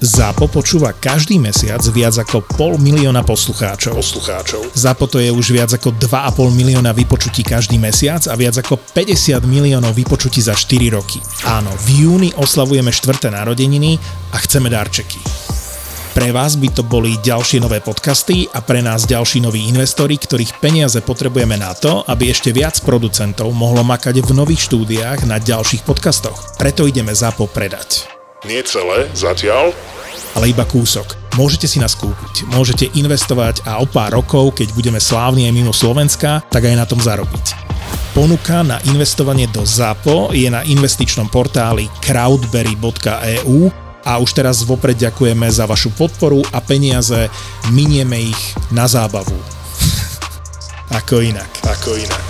Zápo počúva každý mesiac viac ako pol milióna poslucháčov. poslucháčov. Zapo to je už viac ako 2,5 milióna vypočutí každý mesiac a viac ako 50 miliónov vypočutí za 4 roky. Áno, v júni oslavujeme 4. narodeniny a chceme darčeky. Pre vás by to boli ďalšie nové podcasty a pre nás ďalší noví investori, ktorých peniaze potrebujeme na to, aby ešte viac producentov mohlo makať v nových štúdiách na ďalších podcastoch. Preto ideme Zapo predať Nie celé, zatiaľ. ale iba kúsok. Môžete si nás kúpiť, môžete investovať a o pár rokov, keď budeme slávni aj mimo Slovenska, tak aj na tom zarobiť. Ponuka na investovanie do ZAPO je na investičnom portáli crowdberry.eu a už teraz vopred ďakujeme za vašu podporu a peniaze, minieme ich na zábavu. Ako inak. Ako inak.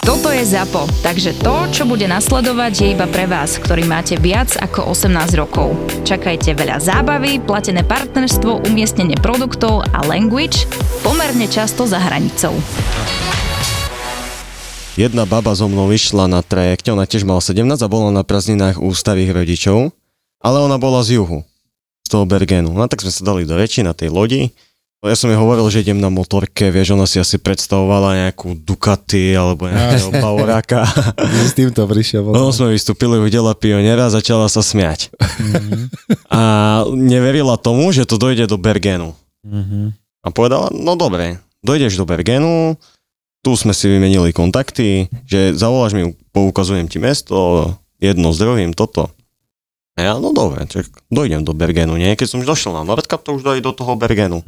Toto je ZAPO, takže to, čo bude nasledovať, je iba pre vás, ktorý máte viac ako 18 rokov. Čakajte veľa zábavy, platené partnerstvo, umiestnenie produktov a language pomerne často za hranicou. Jedna baba so mnou išla na trajekte, ona tiež mala 17 a bola na prázdninách u starých rodičov, ale ona bola z juhu, z toho Bergenu. No tak sme sa dali do reči na tej lodi. No, Ja som jej hovoril, že idem na motorke, vieš, ona si asi predstavovala nejakú Ducati alebo nejakého Bauraka. S týmto prišiel. Potom sme vystúpili, videla pioniera a začala sa smiať. A neverila tomu, že to dojde do Bergenu. Mm-hmm. A povedala, no dobre, dojdeš do Bergenu, tu sme si vymenili kontakty, že zavoláš mi, poukazujem ti mesto, jedno s druhým, toto. A ja, no dobre, čak, dojdem do Bergenu, nie? Keď som už došiel na Nordkap, to už dojde do toho Bergenu.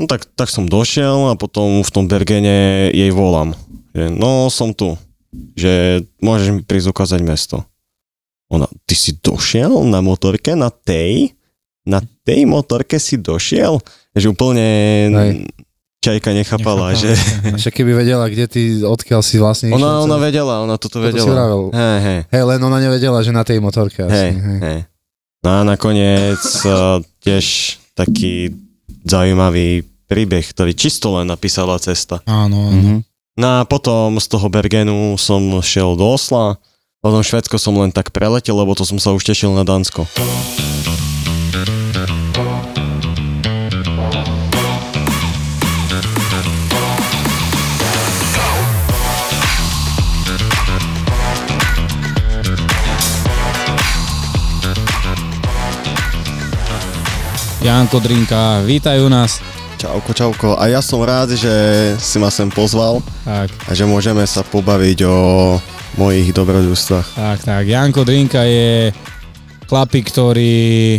No tak, tak som došiel a potom v tom Bergene jej volám, že no som tu, že môžeš mi prísť ukázať mesto. Ona, ty si došiel na motorke, na tej, na tej motorke si došiel? Že úplne Hej. čajka Mm-hmm. nechápala, že Však keby vedela, kde ty, odkiaľ si vlastne ona, išiel ona cez- vedela, ona toto Toto si vedela. vravel. Hej, hej, Hej, len ona nevedela, že na tej motorke asi. hej, hej. hej. No a nakoniec eh, tiež taký zaujímavý príbeh, ktorý čisto len napísala cesta. Áno, No a potom z toho Bergenu som šiel do Osla, potom Švedsko som len tak preletel, lebo to som sa už tešil na Dánsko. Jan Kodrinka, vítajú nás. Čauko, čauko. A ja som rád, že si ma sem pozval Tak, a že môžeme sa pobaviť o mojich dobrodružstvách. tak, tak. Jan Kodrinka je chlapík, ktorý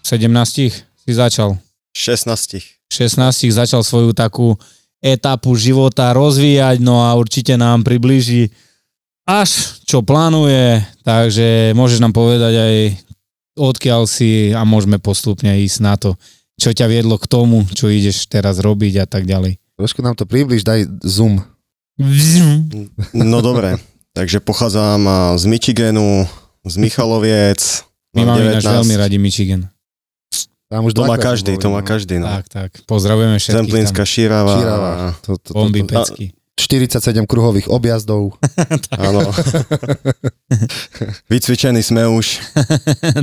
v 17 si začal. 16. V 16 začal svoju takú etapu života rozvíjať, no a určite nám priblíži až čo plánuje, takže môžeš nám povedať aj odkiaľ si a môžeme postupne ísť na to, čo ťa viedlo k tomu, čo ideš teraz robiť a tak ďalej. Trošku nám to približ, daj zoom. No dobre, takže pochádzam a z Michiganu, z Michaloviec. My mám máme ináč 19. veľmi radi Michigan. Tam už To má dvakrát každý, boli, to má no. každý. No. Tak, tak. Pozdravujeme všetkých Zemplínska šírava. Šírava. To, to, tam. to, Bomby, to, pecky. 47 kruhových objazdov. Áno. Vycvičení sme už,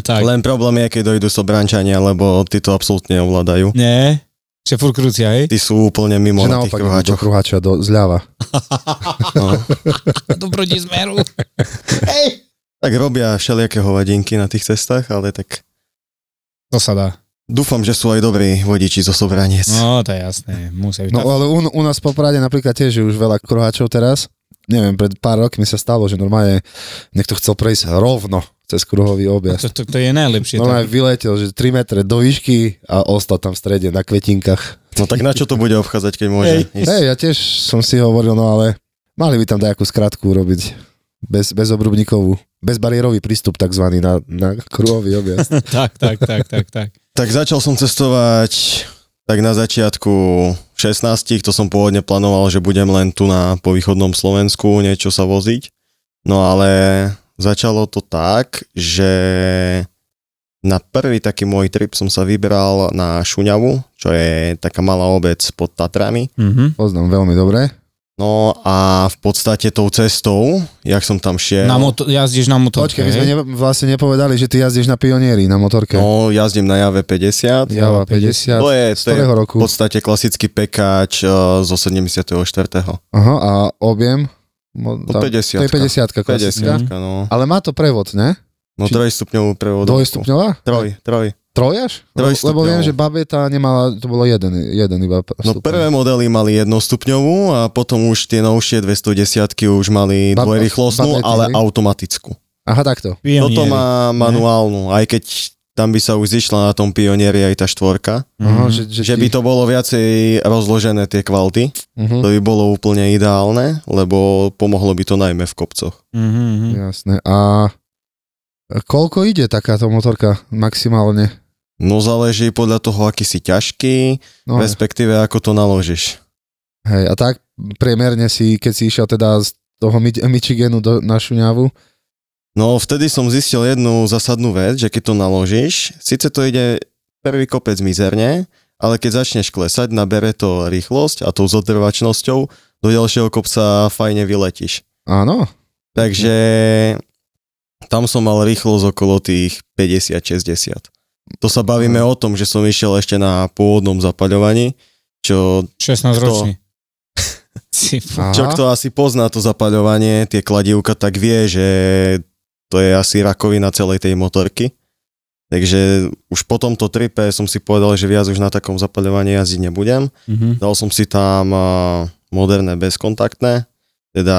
tak. len problém je, keď dojdú sobrančania, lebo tí to absolútne ovládajú. Nie? Že furt krúcia, hej? Tí sú úplne mimo Že na tých naopak idú do kruháčoch. kruhača do zľava. No. To proti smeru. Tak robia všelijaké hovadinky na tých cestách, ale tak To sa dá. dúfam, že sú aj dobrí vodiči zo sobraniec. No, to je jasné. Musia byť. No ale u, u nás po Prade napríklad tiež je už veľa kruhačov teraz. Neviem, pred pár rokmi sa stalo, že normálne niekto chcel prejsť rovno cez kruhový to, objazd. to, to je najlepšie. No aj tak. vyletel, že 3 metre do výšky a ostal tam v strede na kvetinkách. No tak na čo to bude obchádzať, keď môže ísť? Hej, ja tiež som si hovoril, no ale mali by tam nejakú skratku urobiť. Bez, bez obrubníkovú. Bezbariérový prístup takzvaný na, na kruhový objazd. tak, tak, tak, tak, tak. Tak začal som cestovať tak na začiatku 16, to som pôvodne plánoval, že budem len tu na po východnom Slovensku niečo sa voziť. No ale začalo to tak, že na prvý taký môj trip som sa vybral na Šuňavu, čo je taká malá obec pod Tatrami. Mhm. Poznám veľmi dobre. No a v podstate tou cestou, jak som tam šiel, Na moto- jazdíš na Počkej, motorke, my sme hej? ne, vlastne nepovedali, že ty jazdíš na pionieri, na motorke. no jazdím na jave 50. Java 50. To je, Z E, to je ktorého roku? v podstate klasický pekáč uh, zo 74. Aha, a objem? Mo- No tam- 50. To je 50 klasická. 50, no. Ale má to prevod, ne? No Či- trojstupňovú prevodovku. Dvojstupňová? Troj, troj. No, Trojaž? Lebo, Trojstupňová. lebo viem, že babeta nemala, to bolo jeden, jeden iba No prvé modely mali jednostupňovú a potom už tie novšie 210 už mali Bab- dvojrychlostnú, babety, ale hej? automatickú. Aha, takto. Toto Pionieri. má manuálnu, aj keď tam by sa už zišla na tom pionieri aj tá štvorka. Aha, že, Mhm. že, Že by to bolo viacej rozložené tie kvality, Uh-huh. to by bolo úplne ideálne, lebo pomohlo by to najmä v kopcoch. Mhm, mhm. Jasné. A koľko ide takáto motorka maximálne? No záleží podľa toho, aký si ťažký, No, respektíve ako to naložíš. hej, a tak priemerne si, keď si išiel teda z toho Mi- Michiganu do, na Šuňavu, No vtedy som zistil jednu zásadnú vec, že keď to naložíš, síce to ide prvý kopec mizerne, ale keď začneš klesať, nabere to rýchlosť a tou zotrvačnosťou do ďalšieho kopca fajne vyletíš. áno, Takže tam som mal rýchlosť okolo tých 50-60. To sa bavíme o tom, že som išiel ešte na pôvodnom zapaľovaní, čo, 16 Kto? ročný. Si fu- Aha. čo kto asi pozná to zapaľovanie, tie kladívka, tak vie, že to je asi rakovina celej tej motorky. Takže už po tomto tripe som si povedal, že viac už na takom zapaľovaní jazdiť nebudem. Mhm. Dal som si tam a, moderné bezkontaktné, teda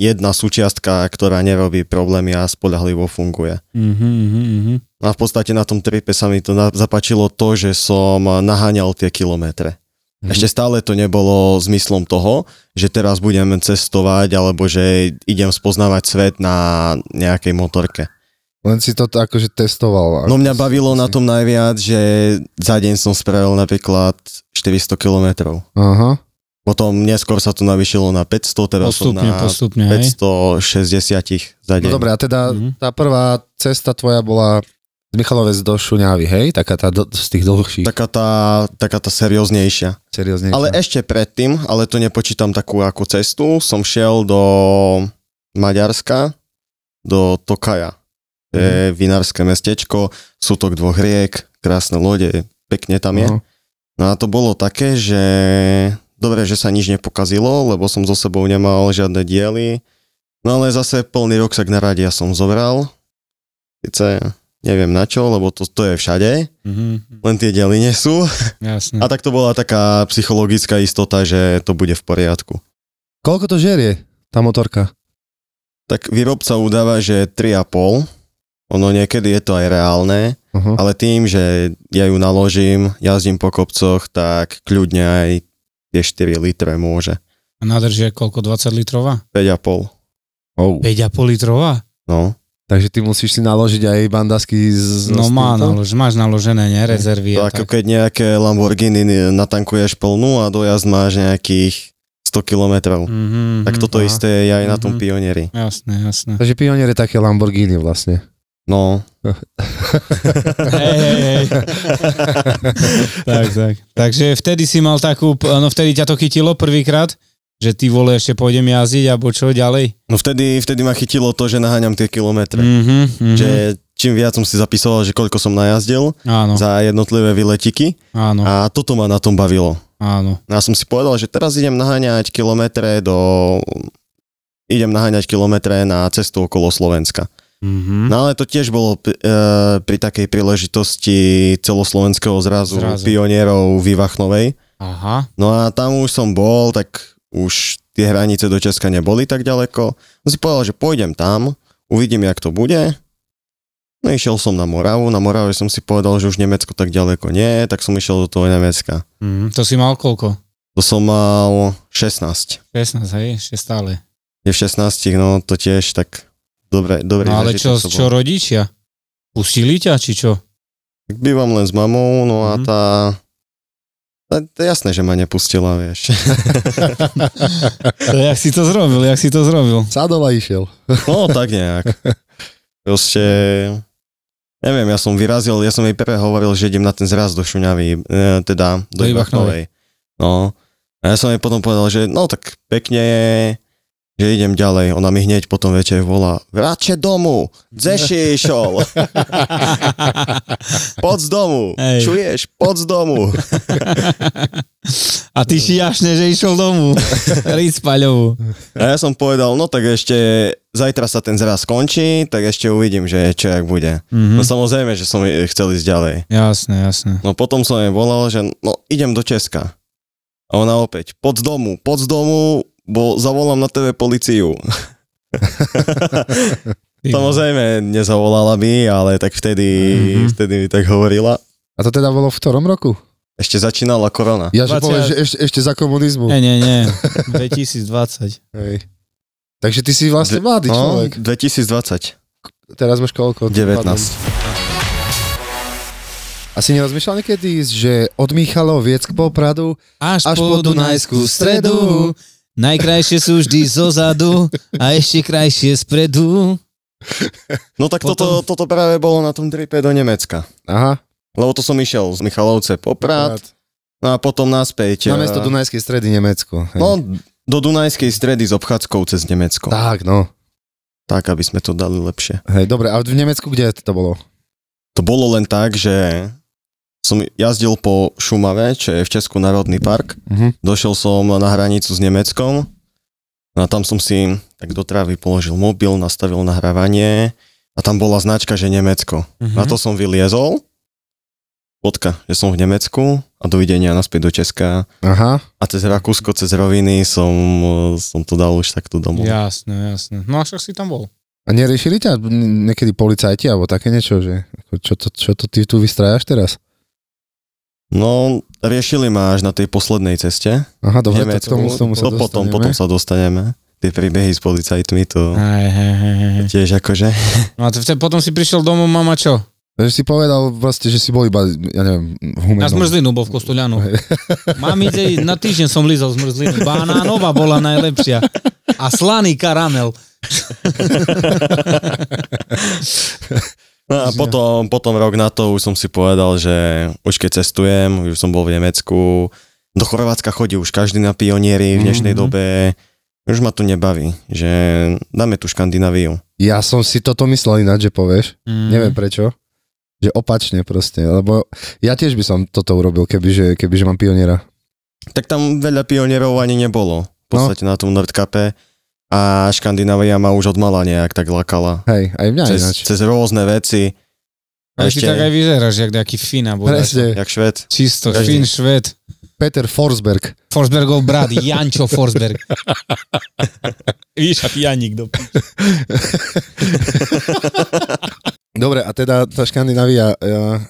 jedna súčiastka, ktorá nerobí problémy a spolahlivo funguje. Mhm, mhm, mhm. No A v podstate na tom tripe sa mi to na- zapáčilo to, že som eh, naháňal tie kilometre. Mhm. Ešte stále to nebolo zmyslom toho, že teraz budem cestovať alebo že idem spoznávať svet na nejakej motorke. len si to t- akože testoval. No mňa bavilo na si- tom najviac, že za deň som spravil napríklad 400 kilometrov. Aha, Potom neskôr sa to navyšilo na 500, teraz som Postupne, na postupne, hej? 560 za deň. no dobre, a teda Mhm. tá prvá cesta tvoja bola z Michalovec do Šuňavy, hej? Taká tá do, z tých dlhších, e- tak, Taká tá, taká tá serióznejšia. seriózne. Ale ešte predtým, ale to nepočítam takú ako cestu, som šiel do Maďarska, do Tokaja. To Je vinárske mestečko, sútok dvoch riek, krásne lode, pekne tam je. No a to bolo také, že dobre, že sa nič nepokazilo, lebo som so sebou nemal žiadne diely. No ale zase plný roksak na radia som zobral. Sice neviem na čo, lebo to, to je všade, Mhm. len tie diely nie sú. Jasné. A tak to bola taká psychologická istota, že to bude v poriadku. Koľko to žerie, tá motorka? Tak výrobca udáva, že 3,5. Ono niekedy je to aj reálne, Aha. ale tým, že ja ju naložím, jazdím po kopcoch, tak kľudne aj tie 4 litre môže. A nádrž je koľko? 20 litrová? 5,5. Oh. 5,5 litrová? No. Takže ty musíš si naložiť aj bandasky z... No z má, týmto? nalož, máš naložené, ne? Rezervy. To a ako tak. keď nejaké Lamborghini natankuješ plnú a dojazd máš nejakých 100 kilometrov. Mhm, Tak mhm. toto Aha. isté je aj na tom Mhm. pionieri. Jasné, jasné. Takže pionier je také Lamborghini vlastne. No. Hej, hej, hej. tak, tak. Takže vtedy si mal takú, no vtedy ťa to chytilo prvýkrát, že ty vole ešte pôjdem jazdiť, alebo čo ďalej? No vtedy, vtedy ma chytilo to, že naháňam tie kilometre. Mhm, mhm. Že čím viac som si zapisoval, že koľko som najazdil Áno, za jednotlivé vyletiky áno, a toto ma na tom bavilo. áno. No Ja som si povedal, že teraz idem naháňať kilometre do... Idem naháňať kilometre na cestu okolo Slovenska. Mhm. No ale to tiež bolo pri, e, pri takej príležitosti celoslovenského zrazu, zrazu. Zrazu. pionierov Vivachnovej. Aha. No a tam už som bol, tak už tie hranice do Česka neboli tak ďaleko. Som si povedal, že pôjdem tam, uvidím, jak to bude. No išiel som na Moravu, na Morave som si povedal, že už Nemecko tak ďaleko nie, tak som išiel do toho Nemecka. Mhm. To si mal koľko? To som mal 16. 16, hej? Ešte stále. Je v 16, no to tiež tak dobre, dobre. No ale čo, čo rodičia? Pustili ťa, či čo? Bývam len s mamou, no a Mhm. tá... tá to je jasné, že ma nepustila, vieš. jak si to zrobil, jak si to zrobil? Sadol a išiel. No tak nejak. Proste... Neviem, ja som vyrazil, ja som jej prvé hovoril, že idem na ten zraz do Šuňavy, e, teda do Do Ivachnovej. No, A ja som jej potom povedal, že no tak pekne je, že idem ďalej. Ona mi hneď potom večer volá, vráče domu, kde si išiel? Poď z domu, Hej. čuješ? Poď z domu. A ty si jašne, že išiel domu. Riť spaľovú. A ja som povedal, no tak ešte zajtra sa ten zraz skončí, tak ešte uvidím, že čo jak bude. Mhm. No samozrejme, že som e, chcel ísť ďalej. Jasné, jasné. No potom som jej volal, že no idem do Česka. A ona opäť, pod z domu, pod z domu, bo zavolám na tebe policiu. Ty Samozrejme, nezavolala mi, ale tak vtedy, Mhm. vtedy mi tak hovorila. A to teda bolo v ktorom roku? Ešte začínala korona. Ja že 20. poviem, že ešte, ešte za komunizmu. Nie, nie, nie. 2020. Hej. Takže ty si vlastne mladý No, človek. 2020, 19. Teraz máš koľko? A si nerozmýšľal niekedy, že od Michaloviec k Popradu Až, Až po Dunajskú stredu. Najkrajšie sú vždy zo zadu a ešte krajšie spredu. No tak toto, toto práve bolo na tom tripe do Nemecka. Aha. Lebo to som išiel z Michalovce Poprad, Poprad. no a potom naspäť. Na mesto eh, Dunajskej stredy Nemecko. hej. No, do Dunajskej stredy s obchádzkou cez Nemecko. Tak. Tak, no. tak, aby sme to dali lepšie. Hej, dobre, a v Nemecku kde to bolo? To bolo len tak, že som jazdil po Šumave, čo je v Česku národný park. Mhm. Došiel som na hranicu s Nemeckom. No a tam som si tak do trávy položil mobil, nastavil nahrávanie a tam bola značka, že Nemecko. Mhm. Na to som vyliezol. Fotka, že som v Nemecku a dovidenia naspäť do Česka. Aha. A cez Rakúsko, cez roviny som, eh, som to dal už takto domov. Ja. Jasné, jasné. No a však si tam bol. A neriešili ťa n- niekedy policajti alebo také niečo, že ako čo to, čo to ty tu vystrájaš teraz? No, riešili ma až na tej poslednej ceste. Aha, dobre, to, Nemecku. k tomu, k tomu sa to no, potom, potom sa dostaneme. Tie príbehy s policajtmi, to... Hej, hej, hej, hej. Tiež akože. No a te, potom si prišiel domov, mama čo? Takže si povedal vlastne, že si bol iba, ja neviem, v Na humenom. zmrzlinu bol v Kostoľanu. Mám ide, na týždeň som lízal zmrzlinu. Banánová bola najlepšia. A slaný karamel. No a potom, potom rok na to už som si povedal, že už keď cestujem, už som bol v Nemecku, do Chorvátska chodí už každý na pionieri v dnešnej Mhm. dobe, už ma tu nebaví, že dáme tu Škandináviu. Ja som si toto myslel ináč, že povieš. Mm. Neviem prečo. Že opačne proste, lebo ja tiež by som toto urobil, kebyže, kebyže mám pioniera. Tak tam veľa pionierov ani nebolo, No. v podstate na tom Nordkape a Škandinávia ma už od mala nejak tak lakala. Hej, aj mňa ináč. Cez, cez rôzne veci, Ale si ešte- tak aj vyzeráš, jak nejaký Fina. Presne, jak šved. Čisto, Každý. Fin, Šved. Peter Forsberg. Forsbergov brat, Jančo Forsberg. Víš, a ty ja nikto. Dobre, a teda tá Škandinávia, ja,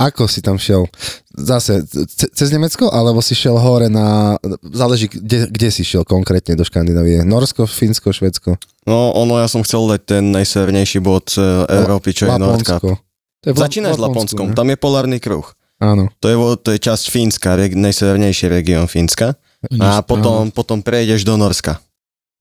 ako si tam šiel? Zase ce- cez Nemecko, alebo si šiel hore na... Záleží, kde, kde si šiel konkrétne do Škandinávie. Norsko, Fínsko, Švedsko, No ono, ja som chcel dať ten najsevernejší bod eh, Európy, čo je Nordkap. Laponsko. To je v Lap- Začínaš s Laponskom, ne? tam je polárny kruh. Áno. To je, vo- to je časť Fínska, reg, najsevernejší región Fínska. A potom, potom prejdeš do Norska.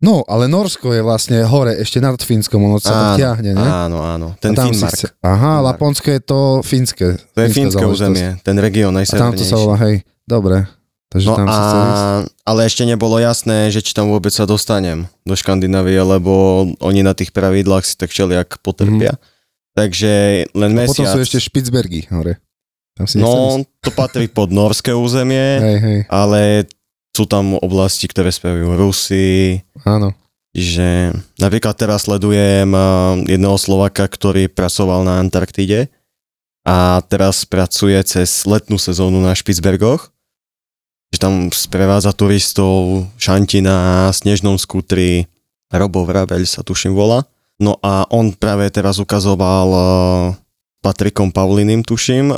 No, ale Norsko je vlastne hore, ešte nad Fínskom, ono sa tam Áno, ťahne, ne? Áno, áno. Ten A tam si Finnmark. chce- Aha, Finnmark. Laponsko je to fínske. To je fínske záležitosť. územie, ten región A tam to najsevernejší. sa volá, hej, dobre. Takže No tam a, si chcel ísť. ale ešte nebolo jasné, že či tam vôbec sa dostanem do Škandinávie, lebo oni na tých pravidlách si tak všelijak potrpia. Takže len Mhm. A Potom mesiac. sú ešte Špicbergy hore. Tam si nechcel ísť. no, to patrí pod norské územie, Hej, hej, ale sú tam oblasti, ktoré spevujú Rusy, áno. že napríklad teraz sledujem a, jedného Slovaka, ktorý pracoval na Antarktide a teraz pracuje cez letnú sezónu na Špicbergoch, že tam sprevádza turistov, šanti na snežnom skutri, Robo Vrabeľ sa tuším volá. No a on práve teraz ukazoval a, Patrikom Paulinim, tuším, a,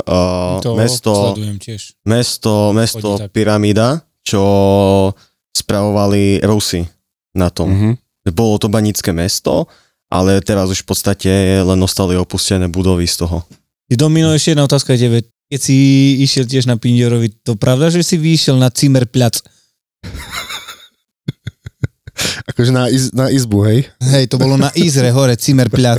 To No, mesto, sledujem tiež. mesto, mesto Chodí tak. Pyramída, čo spravovali Rusy na tom. Mhm. Bolo to banické mesto, ale teraz už v podstate len ostali opustené budovy z toho. Ty Domino, ešte jedna otázka tebe. Keď si išiel tiež na Pindierovi, to pravda, že si vyšiel na Cimerplac? Akože na, iz, na izbu, hej. Hej, to bolo na Izre hore, Cimerplac.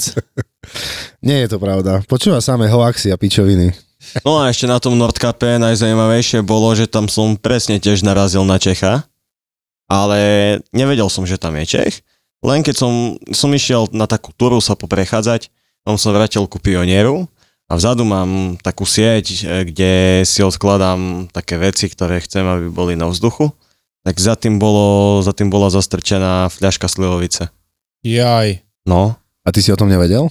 Nie je to pravda. Počúva samé hoaxy a pičoviny. No a ešte na tom Nordkape najzajímavejšie bolo, že tam som presne tiež narazil na Čecha, ale nevedel som, že tam je Čech. Len keď som, som išiel na takú túru sa poprechádzať, tam som vrátil ku pionieru a vzadu mám takú sieť, e, kde si odkladám také veci, ktoré chcem, aby boli na vzduchu. Tak za tým, bolo, za tým bola zastrčená fľaška slivovice. Jaj. No, A ty si o tom nevedel?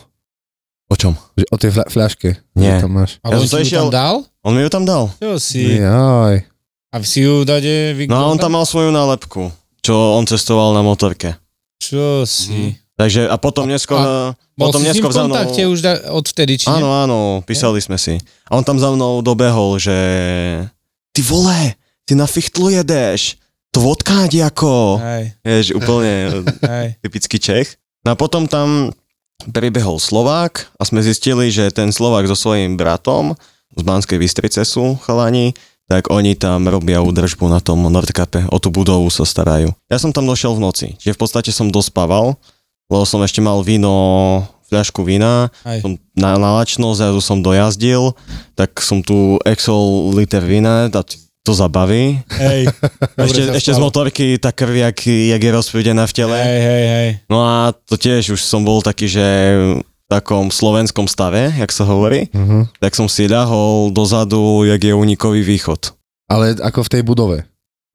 o čom? Že o tej fľa- fľaške? Nie. Tam máš. A Ja som on to si ju išiel- tam dal? On mi ju tam dal. Jo, si. Jaj. A si ju dade vykúpal? No a on tam mal svoju nálepku, čo on cestoval na motorke. Čo si? Takže a potom neskôr... A, Bol potom si s ním neskôr v kontakte už da, odvtedy, či no. Áno, nie? áno, písali sme si. A on tam za mnou dobehol, že... Ty vole, ty na fichtlu jedeš. To vodká, diako. Hej, Vieš, úplne hej. typický Čech. No a potom tam pribehol Slovák a sme zistili, že ten Slovák so svojím bratom z Banskej Bystrice sú chalani, tak oni tam robia údržbu na tom Nordkape, o tú budovu sa starajú. Ja som tam došiel v noci, čiže v podstate som dospával, lebo som ešte mal víno, fľašku vína, Aj. som na, na lačno, zrazu som dojazdil, tak som tu exol liter vína, a t- to zabaví. Hej, Ešte, sa ešte z stalo. motorky tá krv, jak, jak je rozpúdená v tele. hej, hej, hej. No a to tiež už som bol taký, že v takom slovenskom stave, jak sa hovorí, Mhm. tak som si ľahol dozadu, jak je unikový východ. Ale ako v tej budove.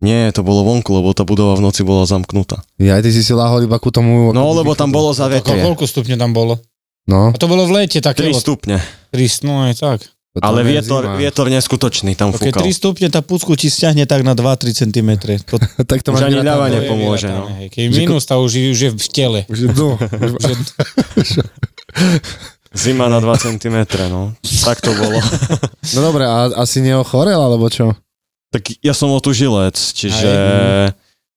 Nie, to bolo vonku, lebo tá budova v noci bola zamknutá. Ja, ty si si láhol iba ku tomu... No, lebo tam bolo Ako, zaveté. koľko stupňov tam bolo? No. A to bolo v lete, tak 3 3 stupne, no aj tak. ale Tam je vietor, zima. vietor neskutočný tam To Keď fúkal. 3 stupne, tá pucku ti stiahne tak na 2-3 cm. To, tak to Už máš ani vyratané. ľava to je nepomôže, vyratané, no. hej. Keď minus, tá už, už je v tele. Už, no, už, Už je, Zima na 2 cm, no. Tak to bolo. no dobre, a asi neochorel, alebo čo? Tak ja som otužilec, čiže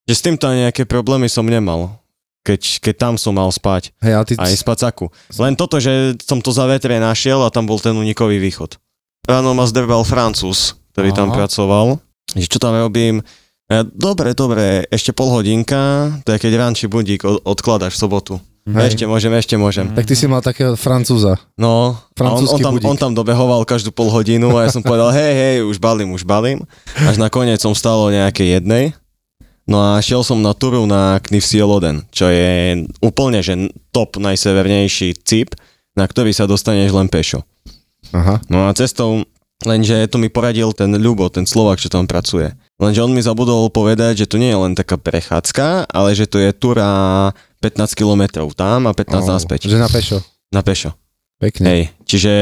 že s týmto nejaké problémy som nemal, keď, keď tam som mal spať. Hej, ale ty... Aj spacaku. Len toto, že som to za vetre našiel a tam bol ten unikový východ. Ráno ma zdrbal Francúz, ktorý Aha. tam Aha. pracoval. Že čo tam robím? Ja, dobre, dobre, ešte pol hodinka, to je keď rančí budík od, odkladaš v sobotu. Hej. Ešte môžem, ešte môžem. Tak ty si mal takého francúza. No, a on, on, Francúzsky tam, budík. on tam dobehoval každú pol hodinu a ja som povedal, hej, hej, už balím, už balím. Až nakoniec som stal o nejakej jednej. No a šiel som na turu na Knivsieloden, čo je úplne že top najsevernejší cip, na ktorý sa dostaneš len pešo. Aha. No a cestou, lenže to mi poradil ten Ľubo, ten Slovak, čo tam pracuje. Lenže on mi zabudol povedať, že to nie je len taká prechádzka, ale že to je tura 15 km tam a 15 Au. naspäť. Že na pešo. Na pešo. Pekne. Hej, čiže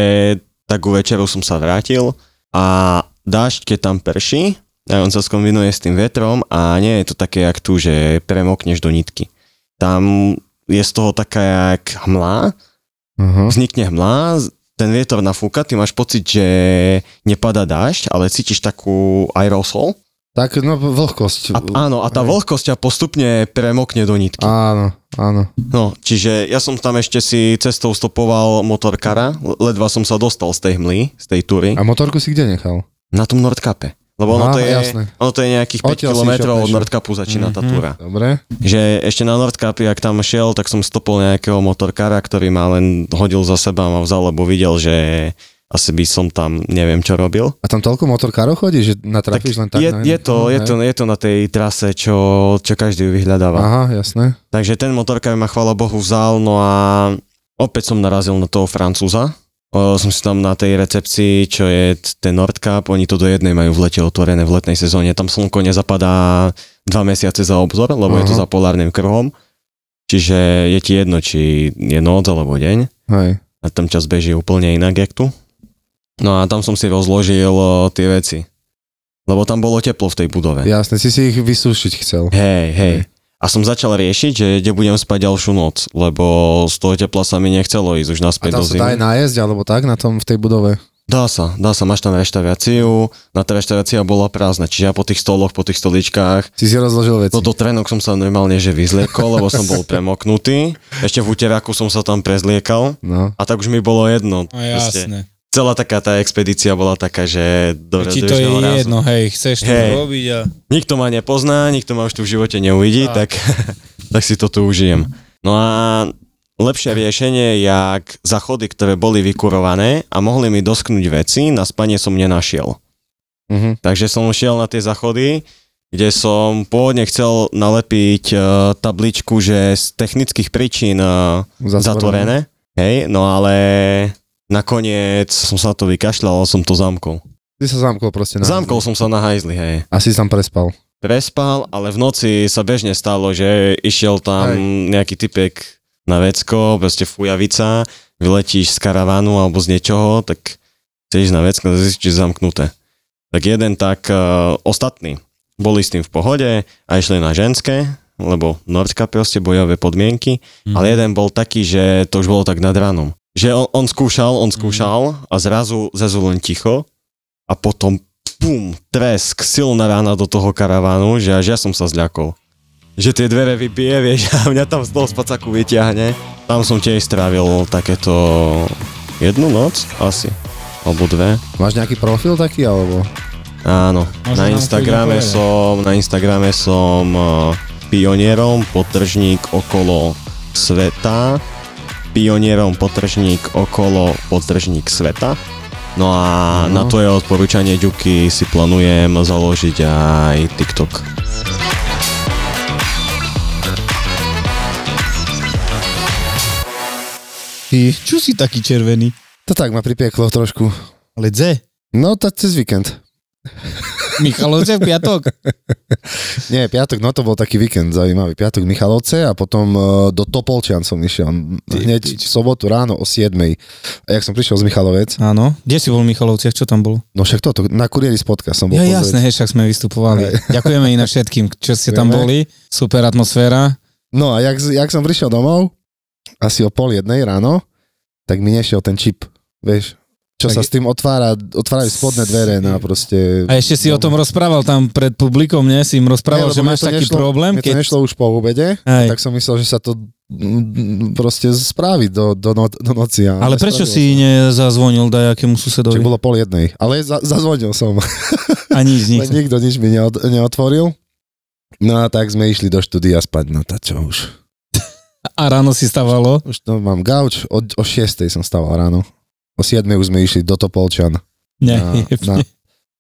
takú večeru som sa vrátil a dážď, keď tam prší, aj on sa skombinuje s tým vetrom a nie je to také, jak tu, že premokneš do nitky. Tam je z toho taká, jak hmla, Aha. vznikne hmla, z- ten vietor nafúka, ty máš pocit, že nepada dážď, ale cítiš takú aerosol. Tak, no, vlhkosť. A, áno, a tá Hej. vlhkosť ťa postupne premokne do nitky. Áno, áno. No, čiže ja som tam ešte si cestou stopoval motorkara, l- ledva som sa dostal z tej hmly, z tej túry. A motorku si kde nechal? Na tom Nordkape. Lebo ono, Á, to je, jasné. ono to je nejakých 5 Odtiaľ si Mhm. kilometrov išiel od pešo. Nordkapu začína tá túra. Dobre. Že ešte na Nordkapi, ak tam šiel, tak som stopol nejakého motorkára, ktorý ma len hodil za seba a ma vzal, lebo videl, že asi by som tam neviem čo robil. A tam toľko motorkárov chodí, že natrafíš len tak je, na je, to, je, to, je to na tej trase, čo, čo každý vyhľadáva. Aha, jasné. Takže ten motorkár ma chvála Bohu vzal, no a opäť som narazil na toho Francúza. O, som si tam na tej recepcii, čo je t- ten Nordcup, oni to do jednej majú v lete otvorené v letnej sezóne. Tam slnko nezapadá dva mesiace za obzor, lebo je to za Aha. polárnym krhom. Čiže je ti jedno, či je noc alebo deň. Hej. A tam čas beží úplne inak, jak tu. No a tam som si rozložil o, tie veci. Lebo tam bolo teplo v tej budove. Jasné, si si ich vysúšiť chcel. Hej, hej. A som začal riešiť, že kde budem spať ďalšiu noc, lebo z toho tepla sa mi nechcelo ísť už A naspäť tam do sa zimy. dá aj nájsť, alebo tak, na tom, v tej budove. Dá sa, dá sa, máš tam reštauráciu, na tá reštaurácia bola prázdna, čiže ja po tých stoloch, po tých stoličkách, Si si rozložil veci. no do trenok som sa normálne že vyzliekol, lebo som bol premoknutý, ešte v úteraku som sa tam prezliekal No. a tak už mi bolo jedno. no proste. jasné. Celá taká tá expedícia bola taká, že do Ti to je do rázu. jedno, hej, chceš to Hej. robiť a... nikto ma nepozná, nikto ma už tu v živote neuvidí, tak, tak si to tu užijem. No a lepšie riešenie, jak zachody, ktoré boli vykurované a mohli mi dosknúť veci, na spanie som nenašiel. Mhm. Takže som šiel na tie zachody, kde som pôvodne chcel nalepiť uh, tabličku, že z technických príčin uh, zatvorené. Hej, no ale nakoniec som sa na to vykašľal, ale som to zamkol. Ty sa zamkol proste na... Zamkol som sa na hajzli, hej. A si tam prespal. Prespal, ale v noci sa bežne stalo, že išiel tam Hej. nejaký typek na vecko, proste fujavica, vyletíš z karavánu alebo z niečoho, tak chceš ísť na vecko, zistíš, že je zamknuté. Tak jeden tak, uh, ostatní boli s tým v pohode a išli na ženské, lebo Norska proste bojové podmienky, mm. ale jeden bol taký, že to už bolo tak nad ránom. Že on, on skúšal, on skúšal a zrazu, zrazu len ticho a potom pum, tresk, silná rána do toho karavánu, že až ja som sa zľakol. Že tie dvere vybije, vieš, a mňa tam z toho spacaku vyťahne. Tam som tiež strávil takéto jednu noc asi, alebo dve. Máš nejaký profil taký, alebo... Áno, Možno na nám Instagrame chvíľu som, na Instagrame som eh, pionierom, potržník okolo sveta, pionierom, potržník okolo, potržník sveta. No a Mhm. na to je odporúčanie Ďuky si plánujem založiť aj TikTok. Ty, čo si taký červený? To tak ma pripieklo trošku. Ale dze. No, tak cez víkend. Michalovce v piatok. Nie, piatok, no to bol taký víkend zaujímavý. Piatok Michalovce a potom uh, do Topolčian som išiel. Hneď v sobotu ráno o 7. A jak som prišiel z Michalovec, Áno. Kde si bol v Michalovciach? Čo tam bolo? no však toto, na kuriéri z podcast som bol. Ja pozrieť. jasné, hej, však sme vystupovali. Ďakujeme iná všetkým, čo ste tam Ďakujeme. boli. Super atmosféra. No a jak, jak som prišiel domov, asi o pol jednej ráno, tak mi nešiel ten čip, vieš, čo sa Tak je- s tým otvára, otvárajú spodné dvere na proste... A ešte si o tom rozprával tam pred publikom, nie? Si im rozprával, Nie, že lebo máš mne to taký nešlo- problém, Mne to keď... nešlo už po obede, Hej. tak som myslel, že sa to mm, proste spraví do, do, no, do noci. A Ale prečo nespravilo si nezazvonil dajakému sa. Čiže susedovi? bolo pol jednej, ale za, zazvonil som. A nič, nič. Len nikto nič mi neot, neotvoril. No a tak sme išli do štúdia spať, no tá čo už. A ráno si stávalo? Už to mám gauč, od, o 6 som stával ráno. O 7 už sme išli do Topolčan Nie. na, na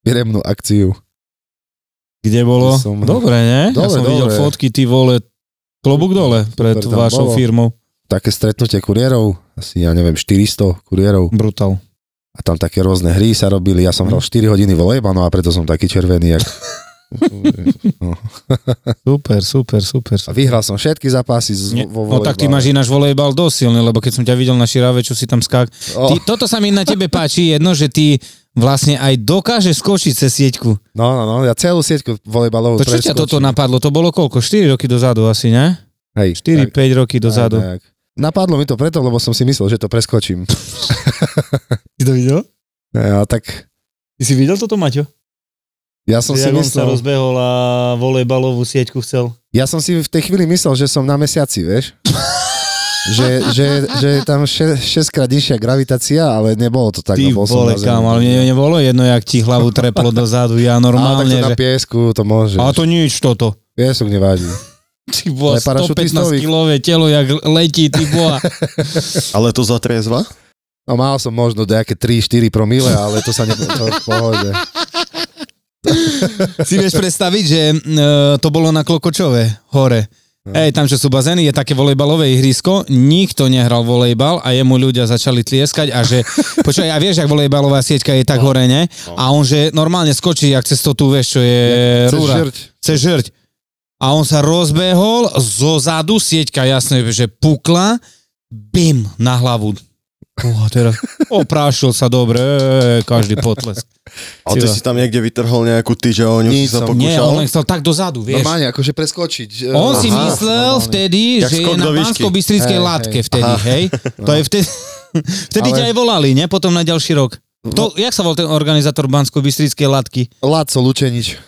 firemnú akciu. Kde bolo? Som- Dobre, nie? Ja Dole, som videl dole. fotky, ty vole, klobúk dole pred Super tam vašou bolo. firmou. Také stretnutie kurierov, asi ja neviem, 400 kurierov. Brutál. A tam také rôzne hry sa robili. Ja som hral Mhm. 4 hodiny volejba, no a preto som taký červený. Jak... Super, super, super. A vyhral som všetky zápasy z, Nie, vo no tak ty volejbale. máš ináš volejbal dosť silný, lebo keď som ťa videl na širáve, čo si tam skák. O, Ty, toto sa mi na tebe páči jedno, že ty vlastne aj dokážeš skočiť cez sieťku. No, no, no, ja celú sieťku volejbalovú To čo ťa preskočím. toto napadlo? To bolo koľko? 4 roky dozadu asi, ne? Hej, 4-5 tak, roky dozadu. tak, tak. Napadlo mi to preto, lebo som si myslel, že to preskočím. Ty to videl? Ja, tak Ty si videl toto, Maťo? ja som si myslel... rozbehol a volejbalovú sieťku chcel. Ja som si v tej chvíli myslel, že som na mesiaci, vieš? že, že, že je tam 6 krát nižšia gravitácia, ale nebolo to tak. Ty no, bol som vole, na Zemi. kam, ale mne nebolo jedno, jak ti hlavu treplo dozadu, Ale ja tak normálne, to na že... piesku to môže. Ale to nič toto. Piesok neváži. Ty boha, Ale parašutistový. 115 kilové telo, jak letí, ty boha. Ale to zatriezva? No mal som možno nejaké 3-4 promile, ale to sa nebolo to v pohode. Si vieš predstaviť, že e, to bolo na Klokočové, hore. Ej, tam, čo sú bazény, je také volejbalové ihrisko, nikto nehral volejbal a jemu ľudia začali tlieskať a že, počkaj, a vieš, jak volejbalová sieťka je tak hore, ne? A on, že normálne skočí, jak cez to tu, vieš, čo je Chceš rúra. žrť? chce žrť. A on sa rozbehol, zo zadu sieťka jasne, že pukla, bim, na hlavu. Uha, teraz oprášil sa dobre, e, každý potlesk. A ty Civa. si tam niekde vytrhol nejakú tyč a on ju Nič si sa som- Nie, on pokúšal? len chcel tak dozadu, vieš. Normálne, akože preskočiť. On si Aha, myslel normálne. vtedy, Jak že je skok na do výšky. Bansko-Bystrickej Hej, hej. látke vtedy, hej? To je vtedy... Vtedy Ale- No. ťa aj volali, ne? Potom na ďalší rok. To, jak sa volal ten organizátor Bansko-Bystrickej látky? Láco Lučenič.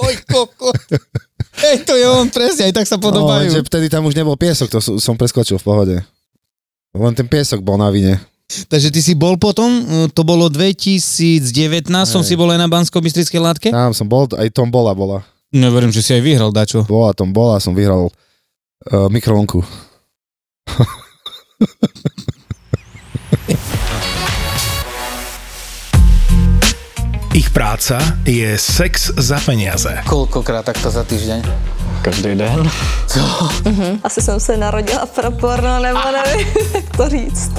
Oj, koko. Hej, to je on presne, aj tak sa No, podobajú. lenže vtedy tam už nebol piesok, to som som preskočil v pohode. Len ten piesok bol na vine. Takže ty si bol potom, e, to bolo 2019, som si bol aj na bansko bystrickej látke? Tam som bol, aj Tom bola bola. Neverím, že si aj vyhral dačo. eh, Bola, tom bola, som vyhral uh, mikrovlnku. Ich práca je sex za peniaze. Koľkokrát takto za týždeň? Každý den. Asi jsem se narodila pro porno, nebo nevím, jak to říct.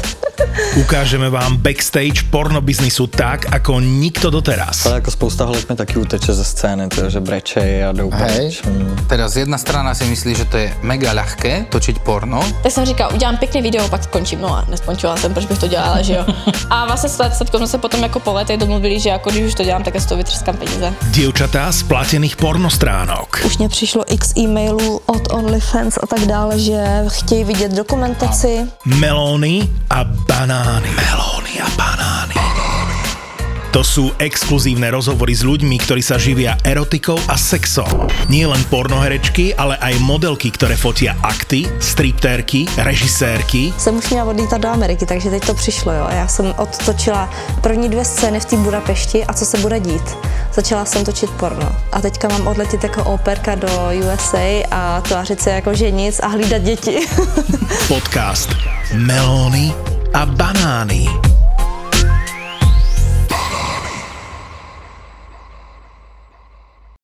Ukážeme vám backstage pornobiznisu tak, ako nikto doteraz. Ale jako spousta holek mi taky uteče ze scény, to, že brečej a jdou Hej. pryč. Mm. Teraz jedna strana si myslí, že to je mega ľahké točiť porno. Tak jsem říkala, udělám pěkný video, pak skončím. No a neskončila jsem, proč bych to dělala, že jo. A vlastně s Sladkou jsme se potom jako po letech domluvili, že jako když už to dělám, tak já z toho vytřeskám peníze. Dievčatá z platených pornostránok. Už mě přišlo x e-mailů od OnlyFans a tak dále, že chtějí vidět dokumentaci. Melóny a banány. Melóny a banány. To sú exkluzívne rozhovory s ľuďmi, ktorí sa živia erotikou a sexom. Nie len pornoherečky, ale aj modelky, ktoré fotia akty, striptérky, režisérky. Jsem už měla odlítat do Ameriky, takže teď to přišlo, jo. Já jsem odtočila první dvě scény v té Budapešti a co se bude dít. Začala jsem točit porno. A teďka mám odletět jako operka do USA a tvářit se jako že nic a hlídat děti. Podcast Melóny a banány.